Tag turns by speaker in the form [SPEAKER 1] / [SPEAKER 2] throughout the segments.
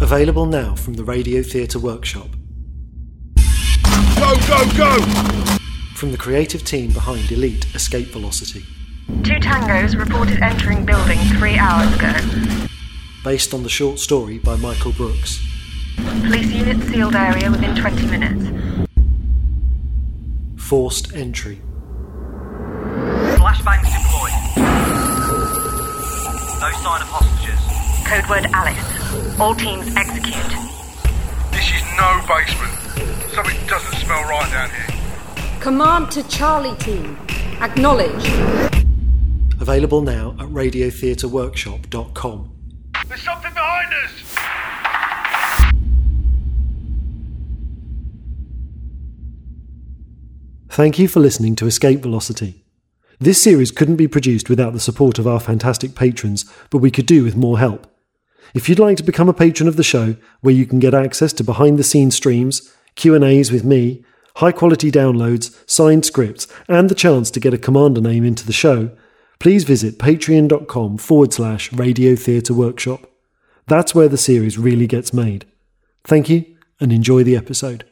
[SPEAKER 1] Available now from the Radio Theatre Workshop.
[SPEAKER 2] Go, go, go!
[SPEAKER 1] From the creative team behind Elite Escape Velocity.
[SPEAKER 3] Two tangos reported entering building three hours ago.
[SPEAKER 1] Based on the short story by Michael Brooks.
[SPEAKER 3] Police unit sealed area within 20 minutes.
[SPEAKER 1] Forced entry.
[SPEAKER 4] Flashbangs deployed. No sign of hostages.
[SPEAKER 3] Code word Alice. All teams execute.
[SPEAKER 2] This is no basement. Something doesn't smell right down here.
[SPEAKER 5] Command to Charlie Team. Acknowledge.
[SPEAKER 1] Available now at radiotheatreworkshop.com.
[SPEAKER 2] There's something behind us!
[SPEAKER 1] Thank you for listening to Escape Velocity. This series couldn't be produced without the support of our fantastic patrons, but we could do with more help. If you'd like to become a patron of the show, where you can get access to behind-the-scenes streams, Q&As with me, high-quality downloads, signed scripts, and the chance to get a commander name into the show, please visit patreon.com forward slash radio theatre workshop. That's where the series really gets made. Thank you, and enjoy the episode.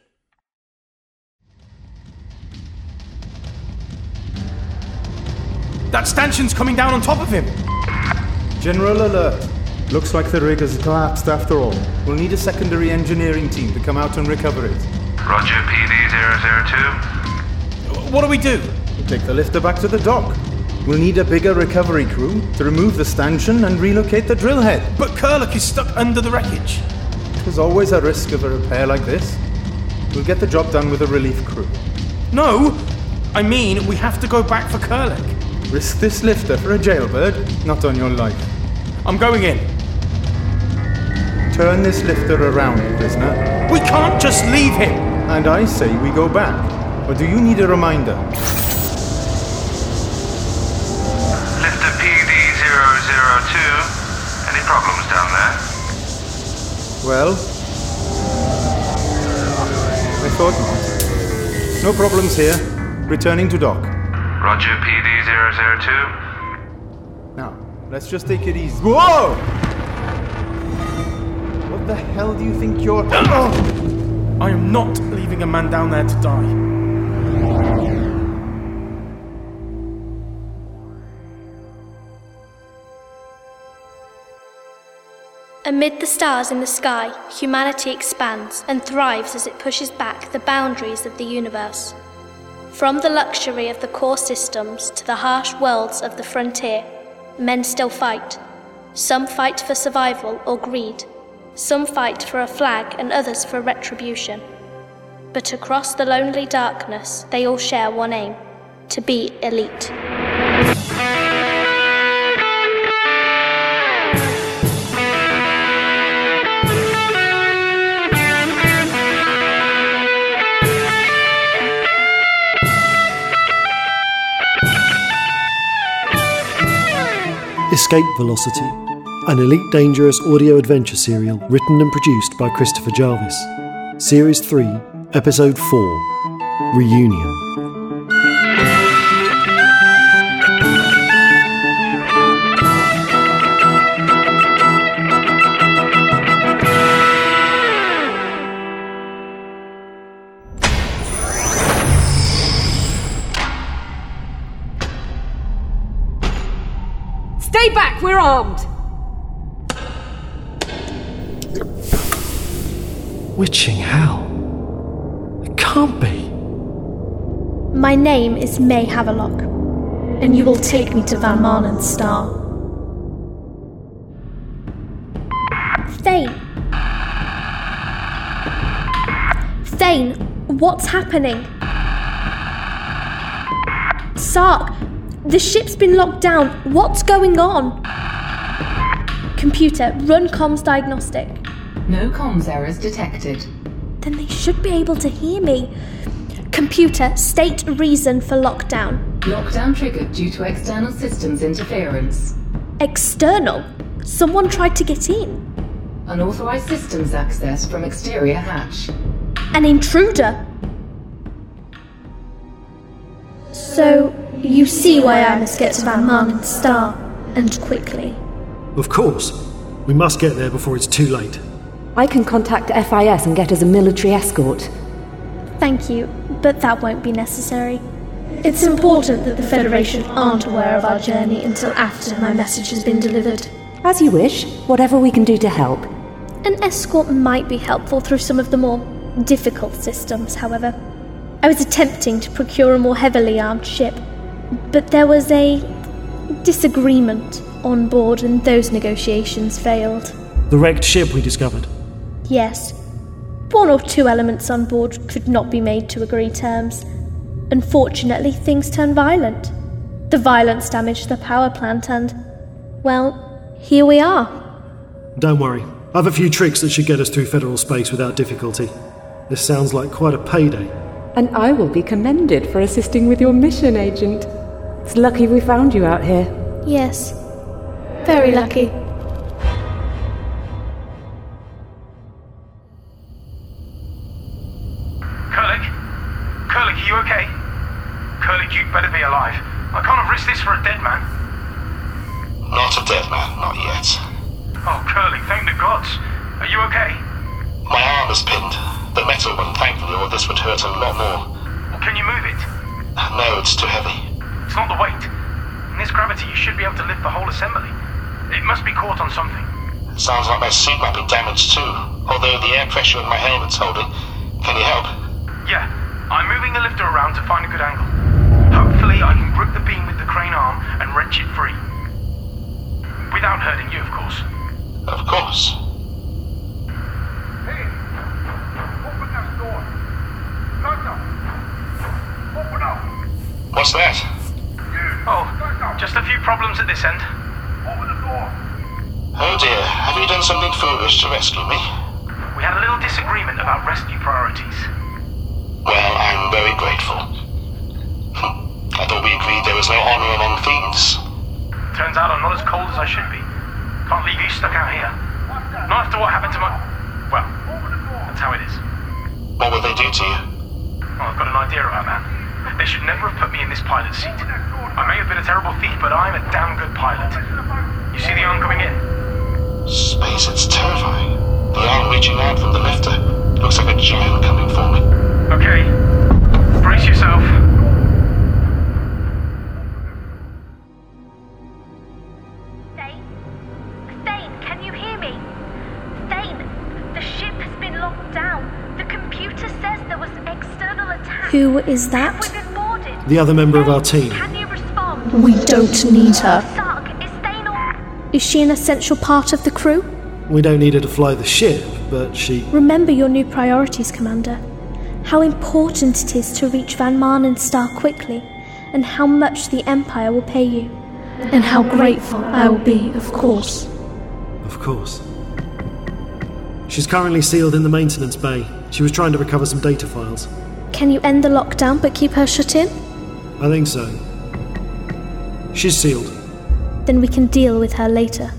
[SPEAKER 6] That stanchion's coming down on top of him.
[SPEAKER 7] General alert. Looks like the rig has collapsed after all. We'll need a secondary engineering team to come out and recover it.
[SPEAKER 8] Roger, PD-002.
[SPEAKER 6] What do we do?
[SPEAKER 7] Take the lifter back to the dock. We'll need a bigger recovery crew to remove the stanchion and relocate the drill head.
[SPEAKER 6] But Curlock is stuck under the wreckage.
[SPEAKER 7] There's always a risk of a repair like this. We'll get the job done with a relief crew.
[SPEAKER 6] No! I mean, we have to go back for Curlock.
[SPEAKER 7] Risk this lifter for a jailbird? Not on your life.
[SPEAKER 6] I'm going in.
[SPEAKER 7] Turn this lifter around, prisoner.
[SPEAKER 6] We can't just leave him.
[SPEAKER 7] And I say we go back. Or do you need a reminder?
[SPEAKER 8] Lifter PD-002. Any problems down there?
[SPEAKER 7] Well, I thought not. No problems here. Returning to dock.
[SPEAKER 8] Roger, PD-002.
[SPEAKER 7] Now, let's just take it easy. Whoa! What the hell do you think you're.
[SPEAKER 6] Oh, I am not leaving a man down there to die.
[SPEAKER 9] Amid the stars in the sky, humanity expands and thrives as it pushes back the boundaries of the universe. From the luxury of the core systems to the harsh worlds of the frontier, men still fight. Some fight for survival or greed, some fight for a flag, and others for retribution. But across the lonely darkness, they all share one aim to be elite.
[SPEAKER 1] Escape Velocity, an Elite Dangerous audio adventure serial written and produced by Christopher Jarvis. Series 3, Episode 4 Reunion.
[SPEAKER 5] Stay back, we're armed!
[SPEAKER 10] Witching hell. It can't be.
[SPEAKER 9] My name is May Havelock, and you will take me to Van Marnen's star. Thane! Thane, what's happening? Sark, the ship's been locked down. What's going on? Computer, run comms diagnostic.
[SPEAKER 11] No comms errors detected.
[SPEAKER 9] Then they should be able to hear me. Computer, state reason for lockdown.
[SPEAKER 11] Lockdown triggered due to external systems interference.
[SPEAKER 9] External? Someone tried to get in.
[SPEAKER 11] Unauthorized systems access from exterior hatch.
[SPEAKER 9] An intruder. So, you see why I must get to Van Marnen's star, and quickly.
[SPEAKER 1] Of course, we must get there before it's too late.
[SPEAKER 3] I can contact FIS and get us a military escort.
[SPEAKER 9] Thank you, but that won't be necessary. It's important that the Federation aren't aware of our journey until after my message has been delivered.
[SPEAKER 3] As you wish, whatever we can do to help.
[SPEAKER 9] An escort might be helpful through some of the more difficult systems, however. I was attempting to procure a more heavily armed ship, but there was a disagreement on board and those negotiations failed.
[SPEAKER 1] The wrecked ship we discovered.
[SPEAKER 9] Yes, one or two elements on board could not be made to agree terms. Unfortunately, things turned violent. The violence damaged the power plant, and, well, here we are.
[SPEAKER 1] Don't worry, I've a few tricks that should get us through federal space without difficulty. This sounds like quite a payday.
[SPEAKER 3] And I will be commended for assisting with your mission, Agent. It's lucky we found you out here.
[SPEAKER 9] Yes, very lucky.
[SPEAKER 6] Curlick? Curlick, are you okay? Curlick, you'd better be alive. I can't risk this for a dead man.
[SPEAKER 8] Not a dead man, not yet.
[SPEAKER 6] Oh, Curlick, thank the gods. Are you okay?
[SPEAKER 8] My arm is pinned. The metal one, thank the Lord, this would hurt a lot more.
[SPEAKER 6] Can you move it?
[SPEAKER 8] No, it's too heavy.
[SPEAKER 6] It's not the weight. In this gravity, you should be able to lift the whole assembly. It must be caught on something.
[SPEAKER 8] Sounds like my suit might be damaged too, although the air pressure in my helmet's holding. Can you help?
[SPEAKER 6] Yeah, I'm moving the lifter around to find a good angle. Hopefully, I can grip the beam with the crane arm and wrench it free. Without hurting you, of course.
[SPEAKER 8] Of course.
[SPEAKER 6] Hey! Open that door! Open up!
[SPEAKER 8] What's that?
[SPEAKER 6] Oh, just a few problems at this end.
[SPEAKER 8] Oh dear, have you done something foolish to rescue me?
[SPEAKER 6] We had a little disagreement about rescue priorities.
[SPEAKER 8] Well, I'm very grateful. I thought we agreed there was no honor among thieves.
[SPEAKER 6] Turns out I'm not as cold as I should be. Can't leave you stuck out here. Not after what happened to my. Well, that's how it is.
[SPEAKER 8] What will they do to you?
[SPEAKER 6] Well, I've got an idea about that. They should never have put me in this pilot seat. I may have been a terrible thief, but I'm a damn good pilot. You see the arm coming in?
[SPEAKER 8] Space, it's terrifying. The arm reaching out from the lifter. Looks like a giant coming for me.
[SPEAKER 6] Okay. Brace yourself.
[SPEAKER 12] Thane, can you hear me? Thane, the ship has been locked down. The computer says there was an external attack.
[SPEAKER 9] Who is that?
[SPEAKER 1] The other member of our team.
[SPEAKER 9] We don't need her. Is she an essential part of the crew?
[SPEAKER 1] We don't need her to fly the ship, but she.
[SPEAKER 9] Remember your new priorities, Commander. How important it is to reach Van Marnen's star quickly, and how much the Empire will pay you. And how grateful I will be, of course.
[SPEAKER 1] Of course. She's currently sealed in the maintenance bay. She was trying to recover some data files.
[SPEAKER 9] Can you end the lockdown but keep her shut in?
[SPEAKER 1] I think so. She's sealed.
[SPEAKER 9] Then we can deal with her later.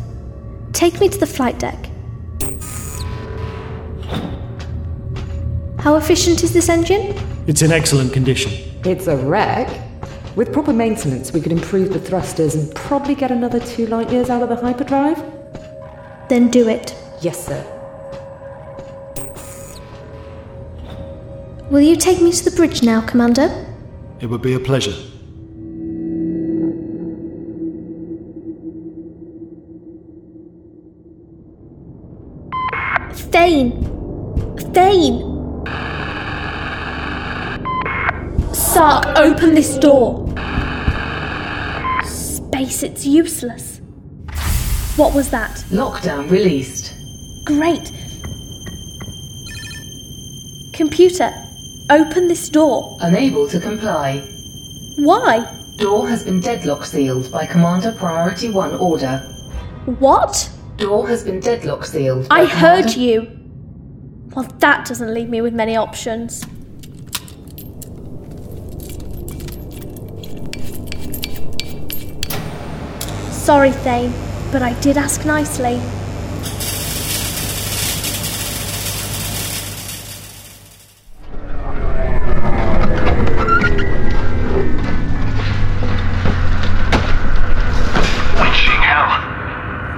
[SPEAKER 9] Take me to the flight deck. How efficient is this engine?
[SPEAKER 1] It's in excellent condition.
[SPEAKER 3] It's a wreck. With proper maintenance, we could improve the thrusters and probably get another two light years out of the hyperdrive.
[SPEAKER 9] Then do it.
[SPEAKER 3] Yes, sir.
[SPEAKER 9] Will you take me to the bridge now, Commander?
[SPEAKER 1] It would be a pleasure.
[SPEAKER 9] Thane! Thane! Sark, open this door! Space, it's useless. What was that?
[SPEAKER 11] Lockdown released.
[SPEAKER 9] Great. Computer, open this door.
[SPEAKER 11] Unable to comply.
[SPEAKER 9] Why?
[SPEAKER 11] Door has been deadlock sealed by Commander Priority 1 order.
[SPEAKER 9] What?
[SPEAKER 11] Door has been deadlock sealed. by
[SPEAKER 9] I heard
[SPEAKER 11] Commander-
[SPEAKER 9] you. Well, that doesn't leave me with many options. Sorry, Thane, but I did ask nicely.
[SPEAKER 13] Witching hell.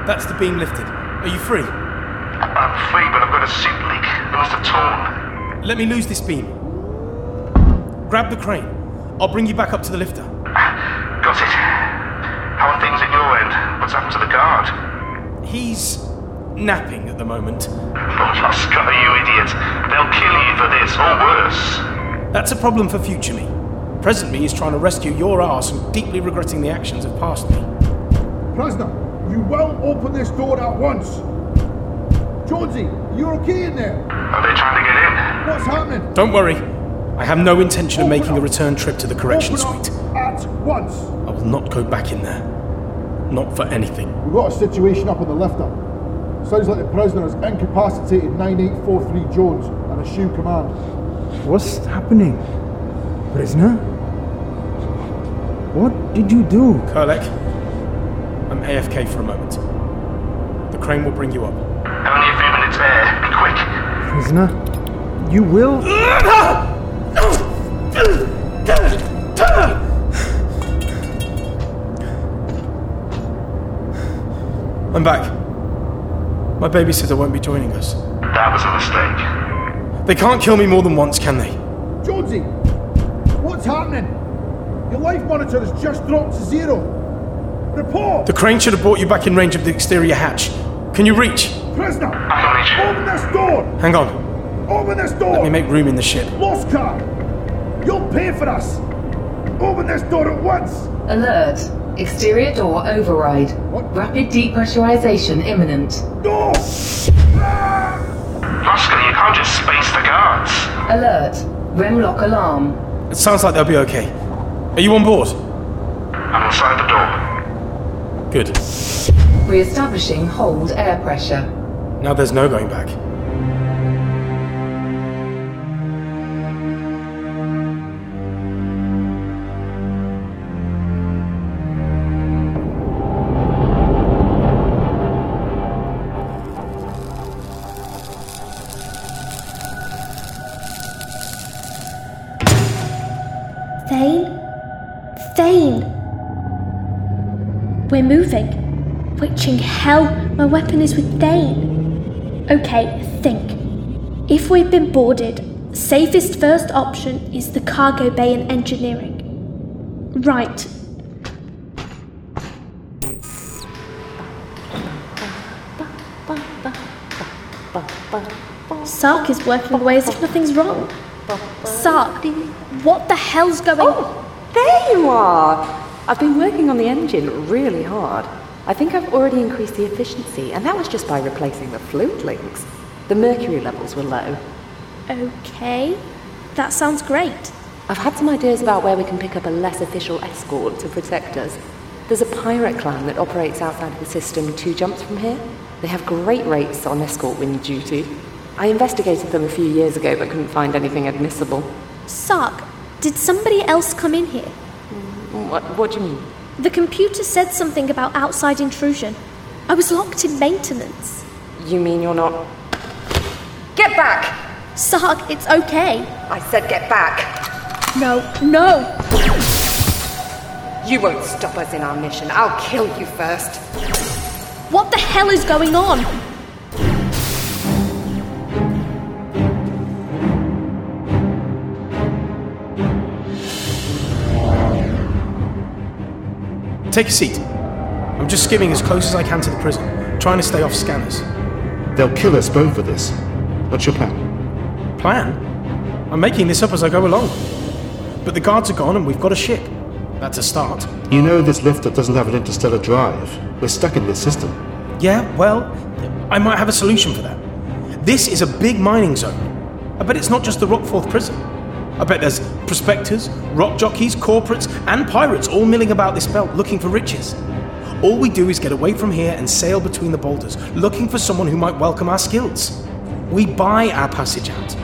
[SPEAKER 2] That's the beam lifted. Are you free?
[SPEAKER 13] I'm
[SPEAKER 14] feet, but I've got a suit leak. It must have torn.
[SPEAKER 6] Let me lose this beam. Grab the crane. I'll bring you back up to the lifter.
[SPEAKER 14] Got it. How are things at your end? What's happened to the guard?
[SPEAKER 6] He's napping at the moment.
[SPEAKER 14] Oh, Lascar, you idiot. They'll kill you for this, or worse.
[SPEAKER 6] That's a problem for future me. Present me is trying to rescue your ass and deeply regretting the actions of past me.
[SPEAKER 2] Krasner, you will open this door at once. Jonesy, you're okay in there?
[SPEAKER 14] Are they trying to get in?
[SPEAKER 2] What's happening?
[SPEAKER 6] Don't worry. I have no intention of making a return trip to the correction suite.
[SPEAKER 2] At once.
[SPEAKER 6] I will not go back in there. Not for anything.
[SPEAKER 2] We've got a situation up on the lifter. Sounds like the prisoner has incapacitated 9843 Jones and assumed command.
[SPEAKER 15] What's happening? Prisoner? What did you do?
[SPEAKER 6] Kurlek, I'm AFK for a moment. The crane will bring you up.
[SPEAKER 14] Only a few minutes there. Be quick.
[SPEAKER 15] Prisoner? You will.
[SPEAKER 6] I'm back. My babysitter won't be joining us.
[SPEAKER 14] That was a mistake.
[SPEAKER 6] They can't kill me more than once, can they?
[SPEAKER 2] Jonesy, what's happening? Your life monitor has just dropped to zero. Report!
[SPEAKER 6] The crane should have brought you back in range of the exterior hatch. Can you reach?
[SPEAKER 2] Prisoner! Open this door!
[SPEAKER 6] Hang on.
[SPEAKER 2] Open this door!
[SPEAKER 6] Let me make room in the ship.
[SPEAKER 2] Mosca! You'll pay for us! Open this door at once!
[SPEAKER 11] Alert. Exterior door override. Rapid depressurization imminent.
[SPEAKER 2] No!
[SPEAKER 14] Lascar, Ah! you can't just space the guards.
[SPEAKER 11] Alert. Remlock alarm.
[SPEAKER 6] It sounds like they'll be okay. Are you on board?
[SPEAKER 14] I'm inside the door.
[SPEAKER 6] Good.
[SPEAKER 11] Re-establishing hold air pressure.
[SPEAKER 6] Now there's no going back.
[SPEAKER 9] Thane? Thane! We're moving. Witching hell, my weapon is with Thane. Okay, think. If we've been boarded, safest first option is the cargo bay and engineering. Right. Sark is working away as if nothing's wrong. Sark, what the hell's going on?
[SPEAKER 3] There you are! I've been working on the engine really hard. I think I've already increased the efficiency, and that was just by replacing the flute links. The mercury levels were low.
[SPEAKER 9] Okay, Eh? that sounds great.
[SPEAKER 3] I've had some ideas about where we can pick up a less official escort to protect us. There's a pirate clan that operates outside of the system two jumps from here. They have great rates on escort wind duty. I investigated them a few years ago but couldn't find anything admissible.
[SPEAKER 9] Sark, did somebody else come in here?
[SPEAKER 3] What, what do you mean?
[SPEAKER 9] The computer said something about outside intrusion. I was locked in maintenance.
[SPEAKER 3] You mean you're not.
[SPEAKER 9] Get back! Sark, it's okay.
[SPEAKER 3] I said get back!
[SPEAKER 9] No, no!
[SPEAKER 3] You won't stop us in our mission. I'll kill you first.
[SPEAKER 9] What the hell is going on?
[SPEAKER 6] Take a seat. I'm just skimming as close as I can to the prison, trying to stay off scanners.
[SPEAKER 8] They'll kill us both for this. What's your plan?
[SPEAKER 6] Plan? I'm making this up as I go along. But the guards are gone and we've got a ship. That's a start.
[SPEAKER 8] You know this lift that doesn't have an interstellar drive. We're stuck in this system.
[SPEAKER 6] Yeah, well, I might have a solution for that. This is a big mining zone. I bet it's not just the Rockforth prison. I bet there's prospectors, rock jockeys, corporates, and pirates all milling about this belt looking for riches. All we do is get away from here and sail between the boulders, looking for someone who might welcome our skills. We buy our passage out.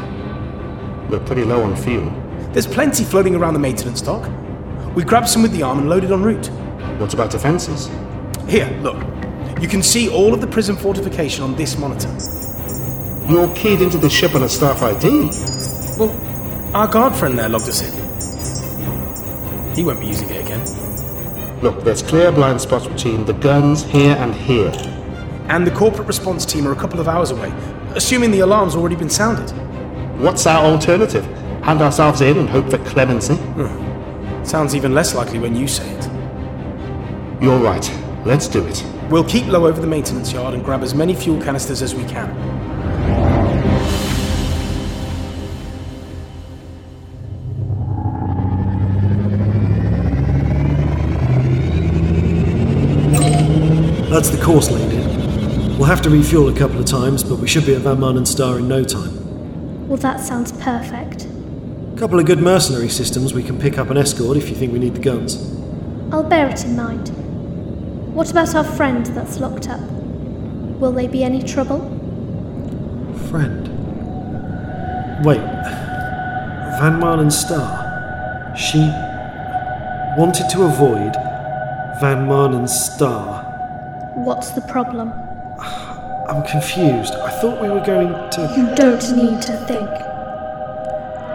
[SPEAKER 8] We're pretty low on fuel.
[SPEAKER 6] There's plenty floating around the maintenance dock. We grab some with the arm and load it en route.
[SPEAKER 8] What about defences?
[SPEAKER 6] Here, look. You can see all of the prison fortification on this monitor.
[SPEAKER 8] You're keyed into the ship on a staff ID.
[SPEAKER 6] Well, our guard friend there logged us in. He won't be using it again.
[SPEAKER 8] Look, there's clear blind spots between the guns here and here.
[SPEAKER 6] And the corporate response team are a couple of hours away. assuming the alarm's already been sounded.
[SPEAKER 8] What's our alternative? Hand ourselves in and hope for clemency?
[SPEAKER 6] Hmm. Sounds even less likely when you say it.
[SPEAKER 8] You're right. Let's do it.
[SPEAKER 6] We'll keep low over the maintenance yard and grab as many fuel canisters as we can.
[SPEAKER 1] That's the course, lady. We'll have to refuel a couple of times, but we should be at Van Manen Star in no time.
[SPEAKER 9] Well, that sounds perfect.
[SPEAKER 1] A couple of good mercenary systems we can pick up an escort if you think we need the guns.
[SPEAKER 9] I'll bear it in mind. What about our friend that's locked up? Will they be any trouble?
[SPEAKER 1] Friend. Wait. Van Marlen Star. She wanted to avoid Van Marlen Star.
[SPEAKER 9] What's the problem?
[SPEAKER 1] I'm confused. I thought we were going to.
[SPEAKER 9] You don't need to think.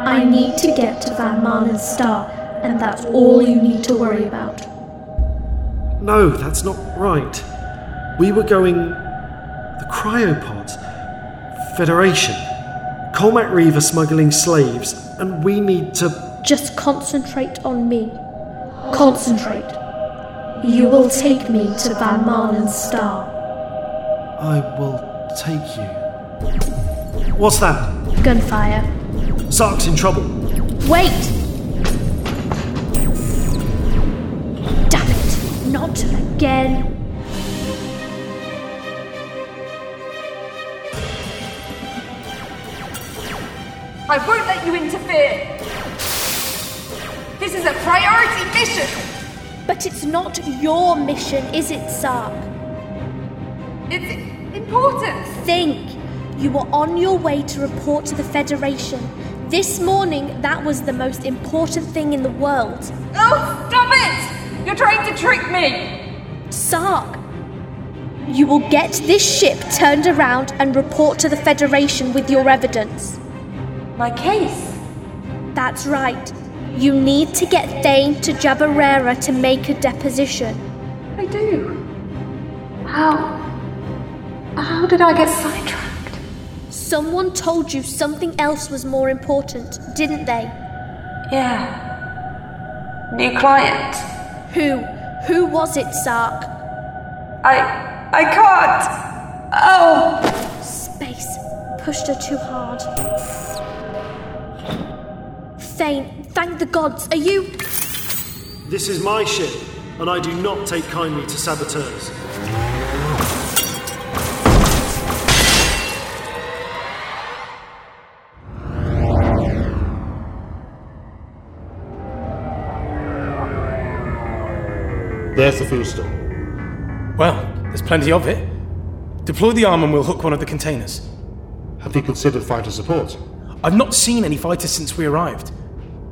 [SPEAKER 9] I need to get to Van Marlen's star, and that's all you need to worry about.
[SPEAKER 1] No, that's not right. We were going. The cryopods. Federation. Colmac Reaver smuggling slaves, and we need to.
[SPEAKER 9] Just concentrate on me. Concentrate. You will take me to Van Marlen's star.
[SPEAKER 1] I will take you. What's that?
[SPEAKER 9] Gunfire.
[SPEAKER 1] Sark's in trouble.
[SPEAKER 9] Wait! Damn it! Not again!
[SPEAKER 5] I won't let you interfere. This is a priority mission.
[SPEAKER 9] But it's not your mission, is it, Sark?
[SPEAKER 5] It's important.
[SPEAKER 9] Think! You were on your way to report to the Federation. This morning, that was the most important thing in the world.
[SPEAKER 5] Oh, stop it! You're trying to trick me.
[SPEAKER 9] Sark! You will get this ship turned around and report to the Federation with your evidence.
[SPEAKER 5] My case.
[SPEAKER 9] That's right. You need to get Thane to Jabarera to make a deposition.
[SPEAKER 5] I do. How? How did I get sidetracked?
[SPEAKER 9] Someone told you something else was more important, didn't they?
[SPEAKER 5] Yeah. New client.
[SPEAKER 9] Who? Who was it, Sark?
[SPEAKER 5] I. I can't. Oh.
[SPEAKER 9] Space pushed her too hard. Thane, thank the gods. Are you.
[SPEAKER 1] This is my ship, and I do not take kindly to saboteurs.
[SPEAKER 8] There's the food store.
[SPEAKER 6] Well, there's plenty of it. Deploy the arm and we'll hook one of the containers.
[SPEAKER 8] Have you considered fighter support?
[SPEAKER 6] I've not seen any fighters since we arrived.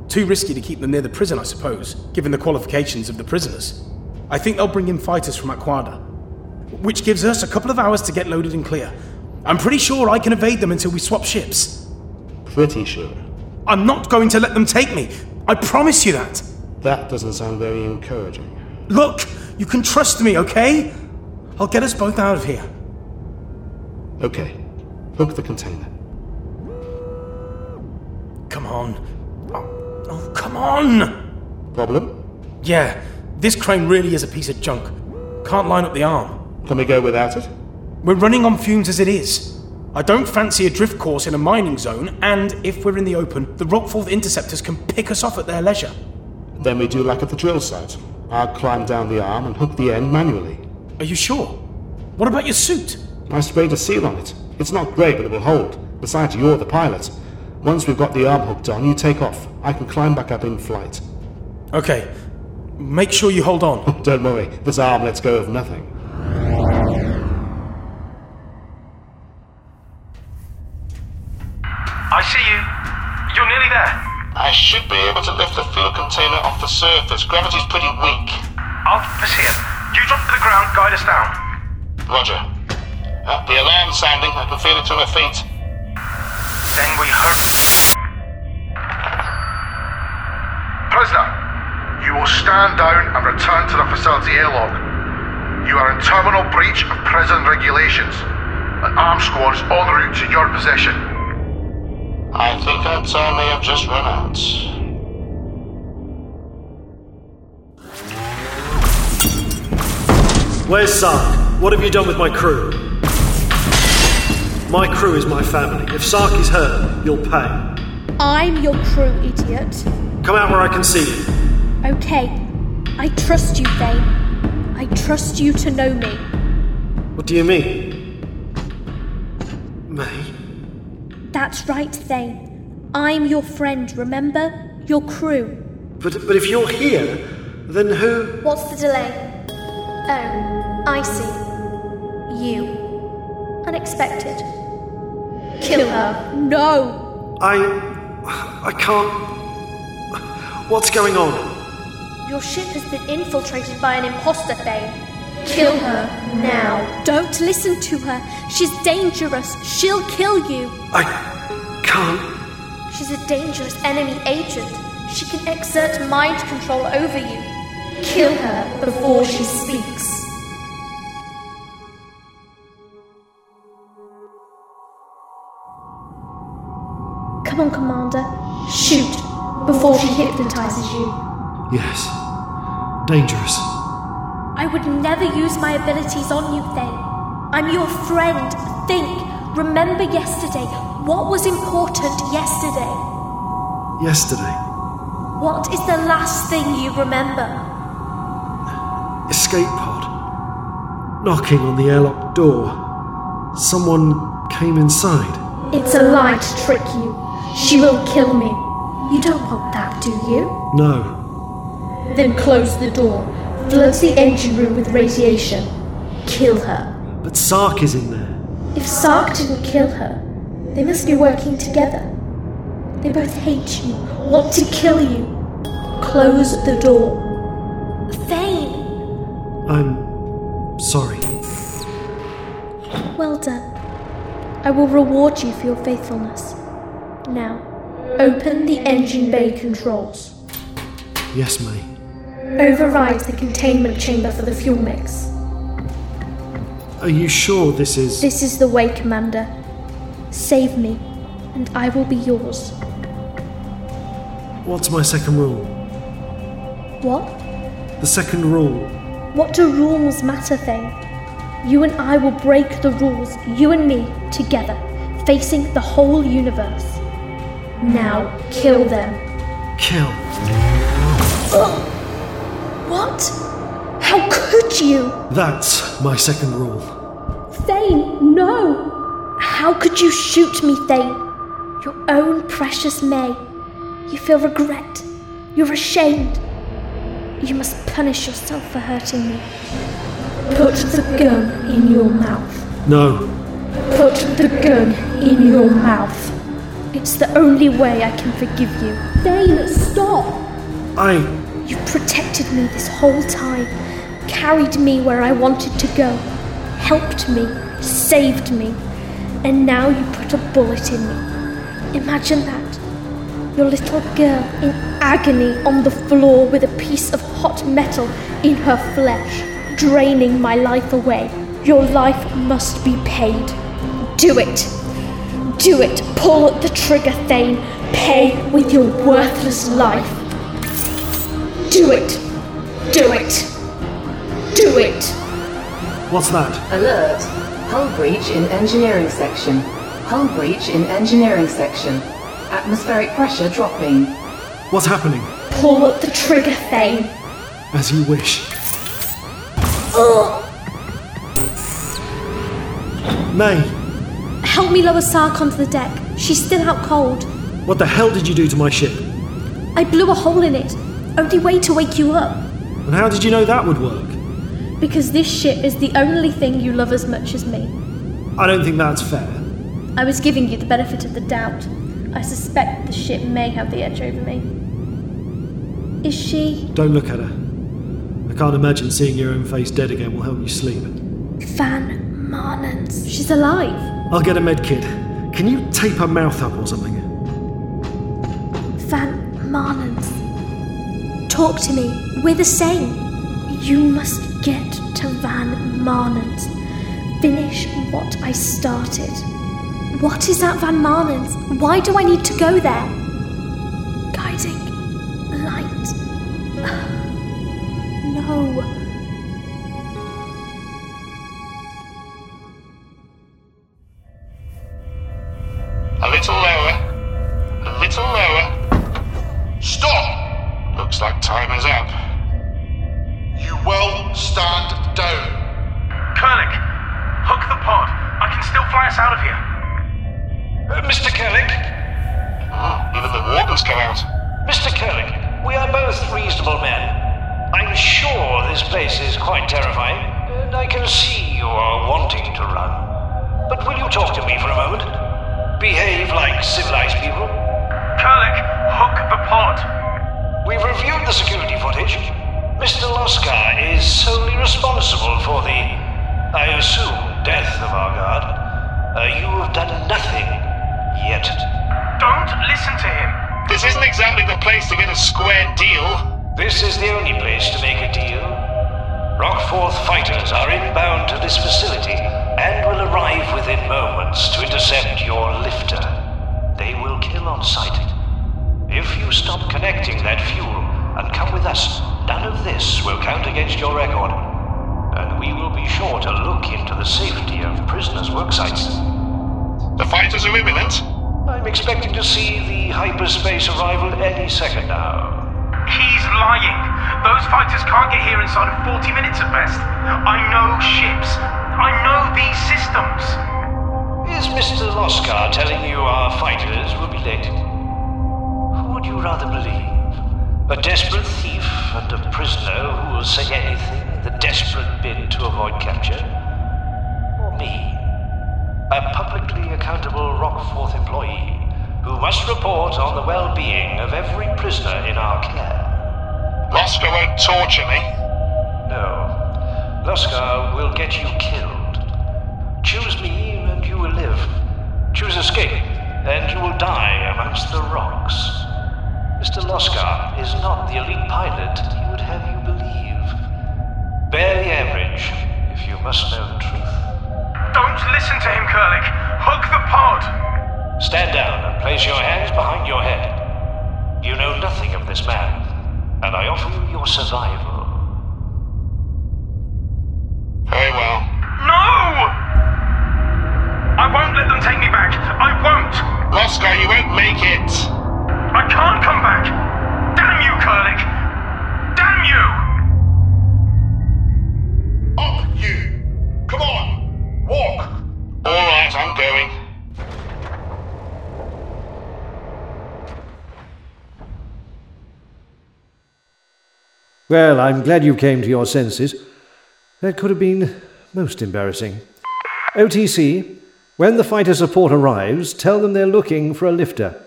[SPEAKER 6] Too risky to keep them near the prison, I suppose, given the qualifications of the prisoners. I think they'll bring in fighters from Aquada, which gives us a couple of hours to get loaded and clear. I'm pretty sure I can evade them until we swap ships.
[SPEAKER 8] Pretty sure.
[SPEAKER 6] I'm not going to let them take me. I promise you that.
[SPEAKER 8] That doesn't sound very encouraging.
[SPEAKER 6] Look, you can trust me, okay? I'll get us both out of here.
[SPEAKER 8] Okay, hook the container.
[SPEAKER 6] Come on. Oh, oh, come on!
[SPEAKER 8] Problem?
[SPEAKER 6] Yeah, this crane really is a piece of junk. Can't line up the arm.
[SPEAKER 8] Can we go without it?
[SPEAKER 6] We're running on fumes as it is. I don't fancy a drift course in a mining zone, and if we're in the open, the Rockforth interceptors can pick us off at their leisure.
[SPEAKER 8] Then we do like at the drill site. I'll climb down the arm and hook the end manually.
[SPEAKER 6] Are you sure? What about your suit?
[SPEAKER 8] I sprayed a seal on it. It's not great, but it will hold. Besides, you're the pilot. Once we've got the arm hooked on, you take off. I can climb back up in flight.
[SPEAKER 6] Okay, make sure you hold on.
[SPEAKER 8] Don't worry, this arm lets go of nothing.
[SPEAKER 16] I see you. You're nearly there.
[SPEAKER 17] I should be able to lift the fuel container off the surface. Gravity's pretty weak.
[SPEAKER 16] I'll Vasir, you drop to the ground, guide us down.
[SPEAKER 17] Roger. Uh, the alarm's sounding. I can feel it on my feet.
[SPEAKER 16] Then we hurry.
[SPEAKER 18] Prisoner, you will stand down and return to the facility airlock. You are in terminal breach of prison regulations. An armed squad is en route to your possession.
[SPEAKER 17] I think our time may have just run out.
[SPEAKER 1] Where's Sark? What have you done with my crew? My crew is my family. If Sark is hurt, you'll pay.
[SPEAKER 9] I'm your crew, idiot.
[SPEAKER 1] Come out where I can see you.
[SPEAKER 9] Okay, I trust you, Dane. I trust you to know me.
[SPEAKER 1] What do you mean? May?
[SPEAKER 9] That's right, Thane. I'm your friend, remember? Your crew.
[SPEAKER 1] But, but if you're here, then who?
[SPEAKER 19] What's the delay? Oh, I see. You. Unexpected. Kill her.
[SPEAKER 9] No!
[SPEAKER 1] I. I can't. What's going on?
[SPEAKER 19] Your ship has been infiltrated by an imposter, Thane. Kill her now.
[SPEAKER 9] Don't listen to her. She's dangerous. She'll kill you.
[SPEAKER 1] Can't.
[SPEAKER 19] She's a dangerous enemy agent. She can exert mind control over you. Kill her before she speaks. Come on, Commander. Shoot before she hypnotizes you.
[SPEAKER 1] Yes. Dangerous.
[SPEAKER 9] I would never use my abilities on you, Thane. I'm your friend. Think. Remember yesterday. What was important yesterday?
[SPEAKER 1] Yesterday.
[SPEAKER 9] What is the last thing you remember?
[SPEAKER 1] Escape pod. Knocking on the airlock door. Someone came inside.
[SPEAKER 9] It's a lie to trick you. She will kill me. You don't want that, do you?
[SPEAKER 1] No.
[SPEAKER 19] Then close the door. Flood the engine room with radiation. Kill her.
[SPEAKER 1] But Sark is in there.
[SPEAKER 19] If Sark didn't kill her, they must be working together. They both hate you, want to kill you. Close the door.
[SPEAKER 9] Thane!
[SPEAKER 1] I'm. sorry.
[SPEAKER 9] Well done. I will reward you for your faithfulness. Now, open the engine bay controls.
[SPEAKER 1] Yes, May.
[SPEAKER 19] Override the containment chamber for the fuel mix.
[SPEAKER 1] Are you sure this is.
[SPEAKER 19] This is the way, Commander.
[SPEAKER 9] Save me, and I will be yours.
[SPEAKER 1] What's my second rule?
[SPEAKER 9] What?
[SPEAKER 1] The second rule.
[SPEAKER 9] What do rules matter, Thane? You and I will break the rules, you and me, together, facing the whole universe. Now, kill them.
[SPEAKER 1] Kill.
[SPEAKER 9] Ugh. What? How could you?
[SPEAKER 1] That's my second rule.
[SPEAKER 9] Thane, no! How could you shoot me, Thane? Your own precious May. You feel regret. You're ashamed. You must punish yourself for hurting me. Put the gun in your mouth.
[SPEAKER 1] No.
[SPEAKER 9] Put the gun in your mouth. It's the only way I can forgive you. Thane, stop!
[SPEAKER 1] I.
[SPEAKER 9] You protected me this whole time, carried me where I wanted to go, helped me, saved me, and now you put a bullet in me. Imagine that. Your little girl in agony on the floor with a piece of hot metal in her flesh, draining my life away. Your life must be paid. Do it. Do it. Pull the trigger, Thane. Pay with your worthless life. Do it. Do it. Do it.
[SPEAKER 1] What's that?
[SPEAKER 11] Alert! Hull breach in engineering section. Hull breach in engineering section. Atmospheric pressure dropping.
[SPEAKER 1] What's happening?
[SPEAKER 9] Pull the trigger, Thane.
[SPEAKER 1] As you wish.
[SPEAKER 9] Ugh.
[SPEAKER 1] May,
[SPEAKER 9] Help me lower Sark onto the deck. She's still out cold.
[SPEAKER 1] what the hell did you do to my ship?
[SPEAKER 9] I blew a hole in it. Only way to wake you up.
[SPEAKER 1] And how did you know that would work?
[SPEAKER 9] Because this ship is the only thing you love as much as me.
[SPEAKER 1] I don't think that's fair.
[SPEAKER 9] I was giving you the benefit of the doubt. I suspect the ship may have the edge over me. Is she
[SPEAKER 1] Don't look at her. I can't imagine seeing your own face dead again will help you sleep.
[SPEAKER 9] Van Marnans? She's alive.
[SPEAKER 1] I'll get a med kit. Can you tape her mouth up or something?
[SPEAKER 9] Van Marnans. Talk to me. We're the same. You must get to Van Marnans. finish what I started. What is at Van Marnen's? Why do I need to go there? Guiding light. No.
[SPEAKER 20] A little lower. A little lower. Stop! Looks like time is up.
[SPEAKER 21] You will stand down.
[SPEAKER 6] Kerlik, hook the pod. I can still fly us out of here.
[SPEAKER 21] Mr. Kellick?
[SPEAKER 8] even the wardens come out.
[SPEAKER 22] Mr. Kellick, we are both reasonable men. I'm sure this place is quite terrifying, and I can see you are wanting to run. But will you talk to me for a moment? Behave like civilized people.
[SPEAKER 6] Kerlik, hook the pod.
[SPEAKER 22] We've reviewed the security footage. Mr. Loskar is solely responsible for the, I assume, death of our guard. Uh, you have done nothing yet.
[SPEAKER 6] Don't listen to him.
[SPEAKER 20] This isn't exactly the place to get a square deal.
[SPEAKER 22] This is the only place to make a deal. Rockforth fighters are inbound to this facility and will arrive within moments to intercept your lifter. They will kill on sight. If you stop connecting that fuel and come with us, none of this will count against your record. And we will be sure to look into the safety of prisoners' work sites.
[SPEAKER 20] The fighters are imminent.
[SPEAKER 22] I'm expecting to see the hyperspace arrival any second now.
[SPEAKER 6] He's lying. Those fighters can't get here inside of 40 minutes at best. I know ships. I know these systems.
[SPEAKER 22] Is Mr. Loskar telling you our fighters will be late? Who would you rather believe? A desperate thief and a prisoner who will say anything in the desperate bid to avoid capture? Or me? A publicly accountable Rockforth employee who must report on the well-being of every prisoner in our care.
[SPEAKER 20] Moscow won't torture me.
[SPEAKER 22] No. Luskar will get you killed. Choose me and you will live. Choose escape and you will die amongst the rocks. Mr. Luskar is not the elite pilot he would have you believe. Barely average, if you must know the truth.
[SPEAKER 6] Don't listen to him, Kerlik. Hook the pod.
[SPEAKER 22] Stand down and place your hands behind your head. You know nothing of this man, and I offer you your survival.
[SPEAKER 20] Very well.
[SPEAKER 6] No! I won't let them take me back. I won't.
[SPEAKER 20] Moscow, you won't make it.
[SPEAKER 6] I can't come back. Damn you, Kerlik. Damn you!
[SPEAKER 20] Up, you! Come on! Walk!
[SPEAKER 8] Alright, I'm going.
[SPEAKER 7] Well, I'm glad you came to your senses. That could have been most embarrassing. OTC, when the fighter support arrives, tell them they're looking for a lifter.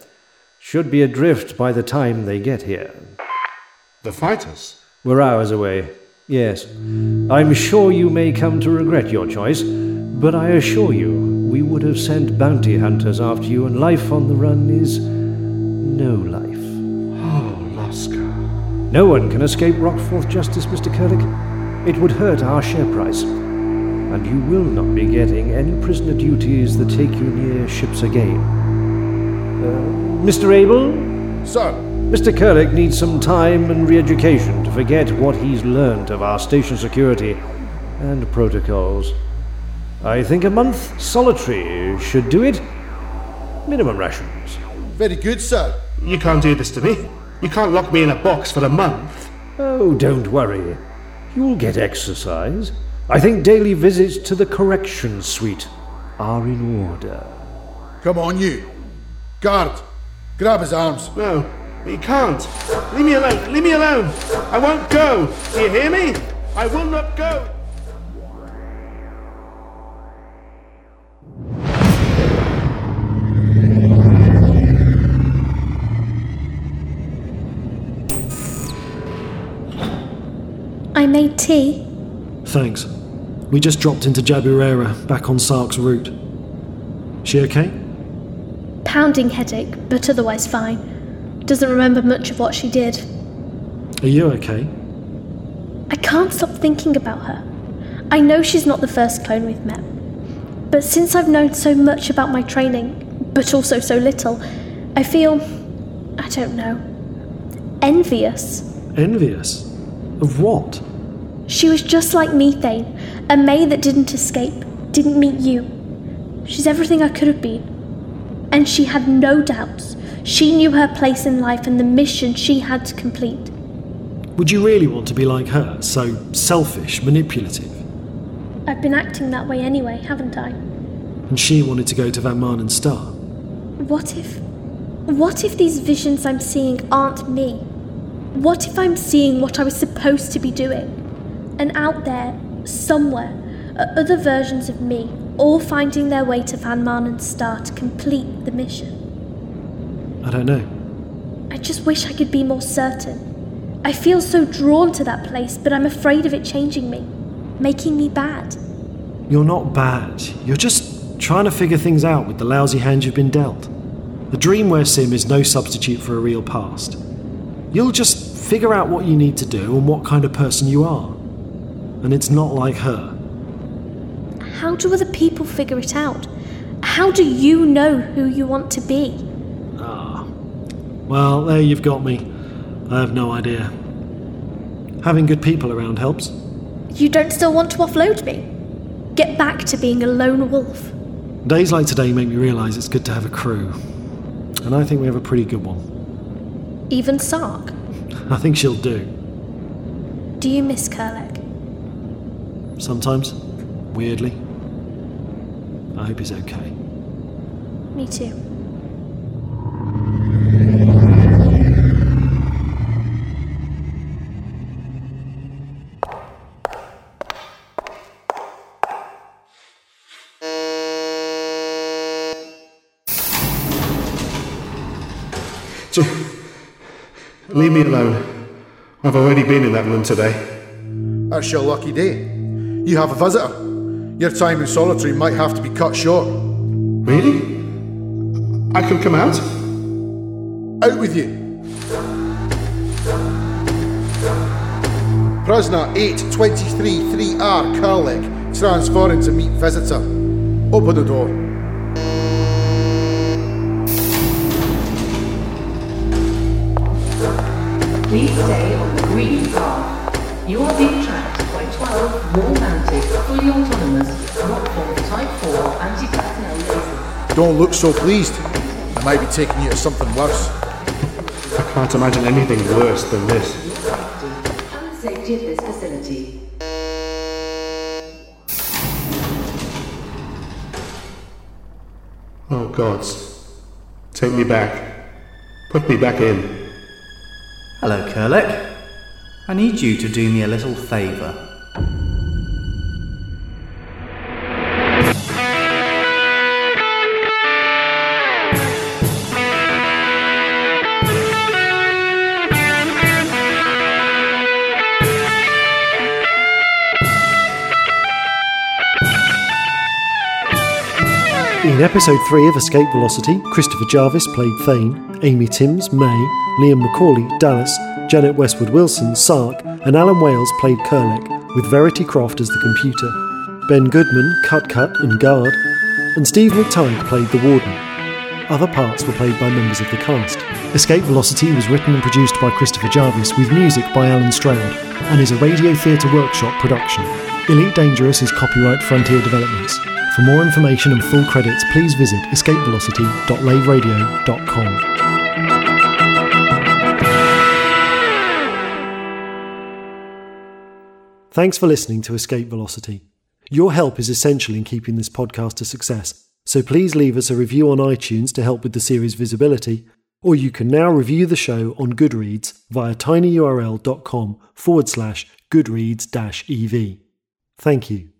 [SPEAKER 7] Should be adrift by the time they get here.
[SPEAKER 8] The fighters?
[SPEAKER 7] We're hours away. Yes. I'm sure you may come to regret your choice, but I assure you, we would have sent bounty hunters after you, and life on the run is no life.
[SPEAKER 8] Oh, Lasker.
[SPEAKER 7] No one can escape Rockforth justice, Mr. Kerlick. It would hurt our share price. And you will not be getting any prisoner duties that take you near ships again. Uh, Mr. Abel?
[SPEAKER 2] Sir.
[SPEAKER 7] Mr. Kerlick needs some time and re education to forget what he's learned of our station security and protocols. I think a month solitary should do it. Minimum rations.
[SPEAKER 2] Very good, sir.
[SPEAKER 8] You can't do this to me. You can't lock me in a box for a month.
[SPEAKER 7] Oh, don't worry. You'll get exercise. I think daily visits to the correction suite are in order.
[SPEAKER 2] Come on, you. Guard, grab his arms.
[SPEAKER 8] No, you can't. Leave me alone. Leave me alone. I won't go. Do you hear me? I will not go.
[SPEAKER 9] I made tea.
[SPEAKER 1] Thanks. We just dropped into Jaburera, back on Sark's route. She okay?
[SPEAKER 9] Pounding headache, but otherwise fine. Doesn't remember much of what she did.
[SPEAKER 1] Are you okay?
[SPEAKER 9] I can't stop thinking about her. I know she's not the first clone we've met, But since I've known so much about my training, but also so little, I feel. I don't know. envious.
[SPEAKER 1] Envious? Of what?
[SPEAKER 9] She was just like me, Thane, a May that didn't escape, didn't meet you. She's everything I could have been. And she had no doubts. She knew her place in life and the mission she had to complete.
[SPEAKER 1] Would you really want to be like her, so selfish, manipulative?
[SPEAKER 9] I've been acting that way anyway, haven't I?
[SPEAKER 1] And she wanted to go to Van Marnen Star.
[SPEAKER 9] What if. What if these visions I'm seeing aren't me? What if I'm seeing what I was supposed to be doing? And out there, somewhere, are other versions of me, all finding their way to Van Marnen's star to complete the mission.
[SPEAKER 1] I don't know.
[SPEAKER 9] I just wish I could be more certain. I feel so drawn to that place, but I'm afraid of it changing me, making me bad.
[SPEAKER 1] You're not bad. You're just trying to figure things out with the lousy hand you've been dealt. The Dreamwear sim is no substitute for a real past. You'll just figure out what you need to do and what kind of person you are. And it's not like her.
[SPEAKER 9] How do other people figure it out? How do you know who you want to be?
[SPEAKER 1] Ah. Well, there you've got me. I have no idea. Having good people around helps.
[SPEAKER 9] You don't still want to offload me? Get back to being a lone wolf.
[SPEAKER 1] Days like today make me realise it's good to have a crew. And I think we have a pretty good one.
[SPEAKER 9] Even Sark.
[SPEAKER 1] I think she'll do.
[SPEAKER 9] Do you miss Kerlek?
[SPEAKER 1] Sometimes. Weirdly. I hope he's okay.
[SPEAKER 9] Me too.
[SPEAKER 8] So, leave me alone. I've already been in that room today.
[SPEAKER 2] That's your lucky day. You have a visitor. Your time in solitary might have to be cut short.
[SPEAKER 8] Really? I can come out?
[SPEAKER 2] Out with you. Prisoner 8233 3R Karlik, transferring to meet visitor. Open the door.
[SPEAKER 11] Please stay on the green path. You are being tracked by 12 wall-mounted, fully autonomous, Rockford Type 4 anti-personnel lasers.
[SPEAKER 2] Don't look so pleased. I might be taking you to something worse.
[SPEAKER 8] I can't imagine anything worse than this.
[SPEAKER 11] And the safety of this facility.
[SPEAKER 8] Oh, gods. Take me back. Put me back in.
[SPEAKER 23] Hello, Kerlek. I need you to do me a little favour.
[SPEAKER 24] In episode 3 of Escape Velocity, Christopher Jarvis played Thane, Amy Timms, May, Liam Macaulay, Dallas, Janet Westwood Wilson, Sark, and Alan Wales played Kerlek, with Verity Croft as the computer. Ben Goodman, Cut Cut, and Guard, and Steve McTighe played the Warden. Other parts were played by members of the cast. Escape Velocity was written and produced by Christopher Jarvis with music by Alan Stroud and is a Radio Theatre Workshop production. Elite Dangerous is copyright Frontier Developments. For more information and full credits, please visit escapevelocity.laveradio.com. Thanks for listening to Escape Velocity. Your help is essential in keeping this podcast a success, so please leave us a review on iTunes to help with the series' visibility, or you can now review the show on Goodreads via tinyurl.com forward slash goodreads ev. E Thank you.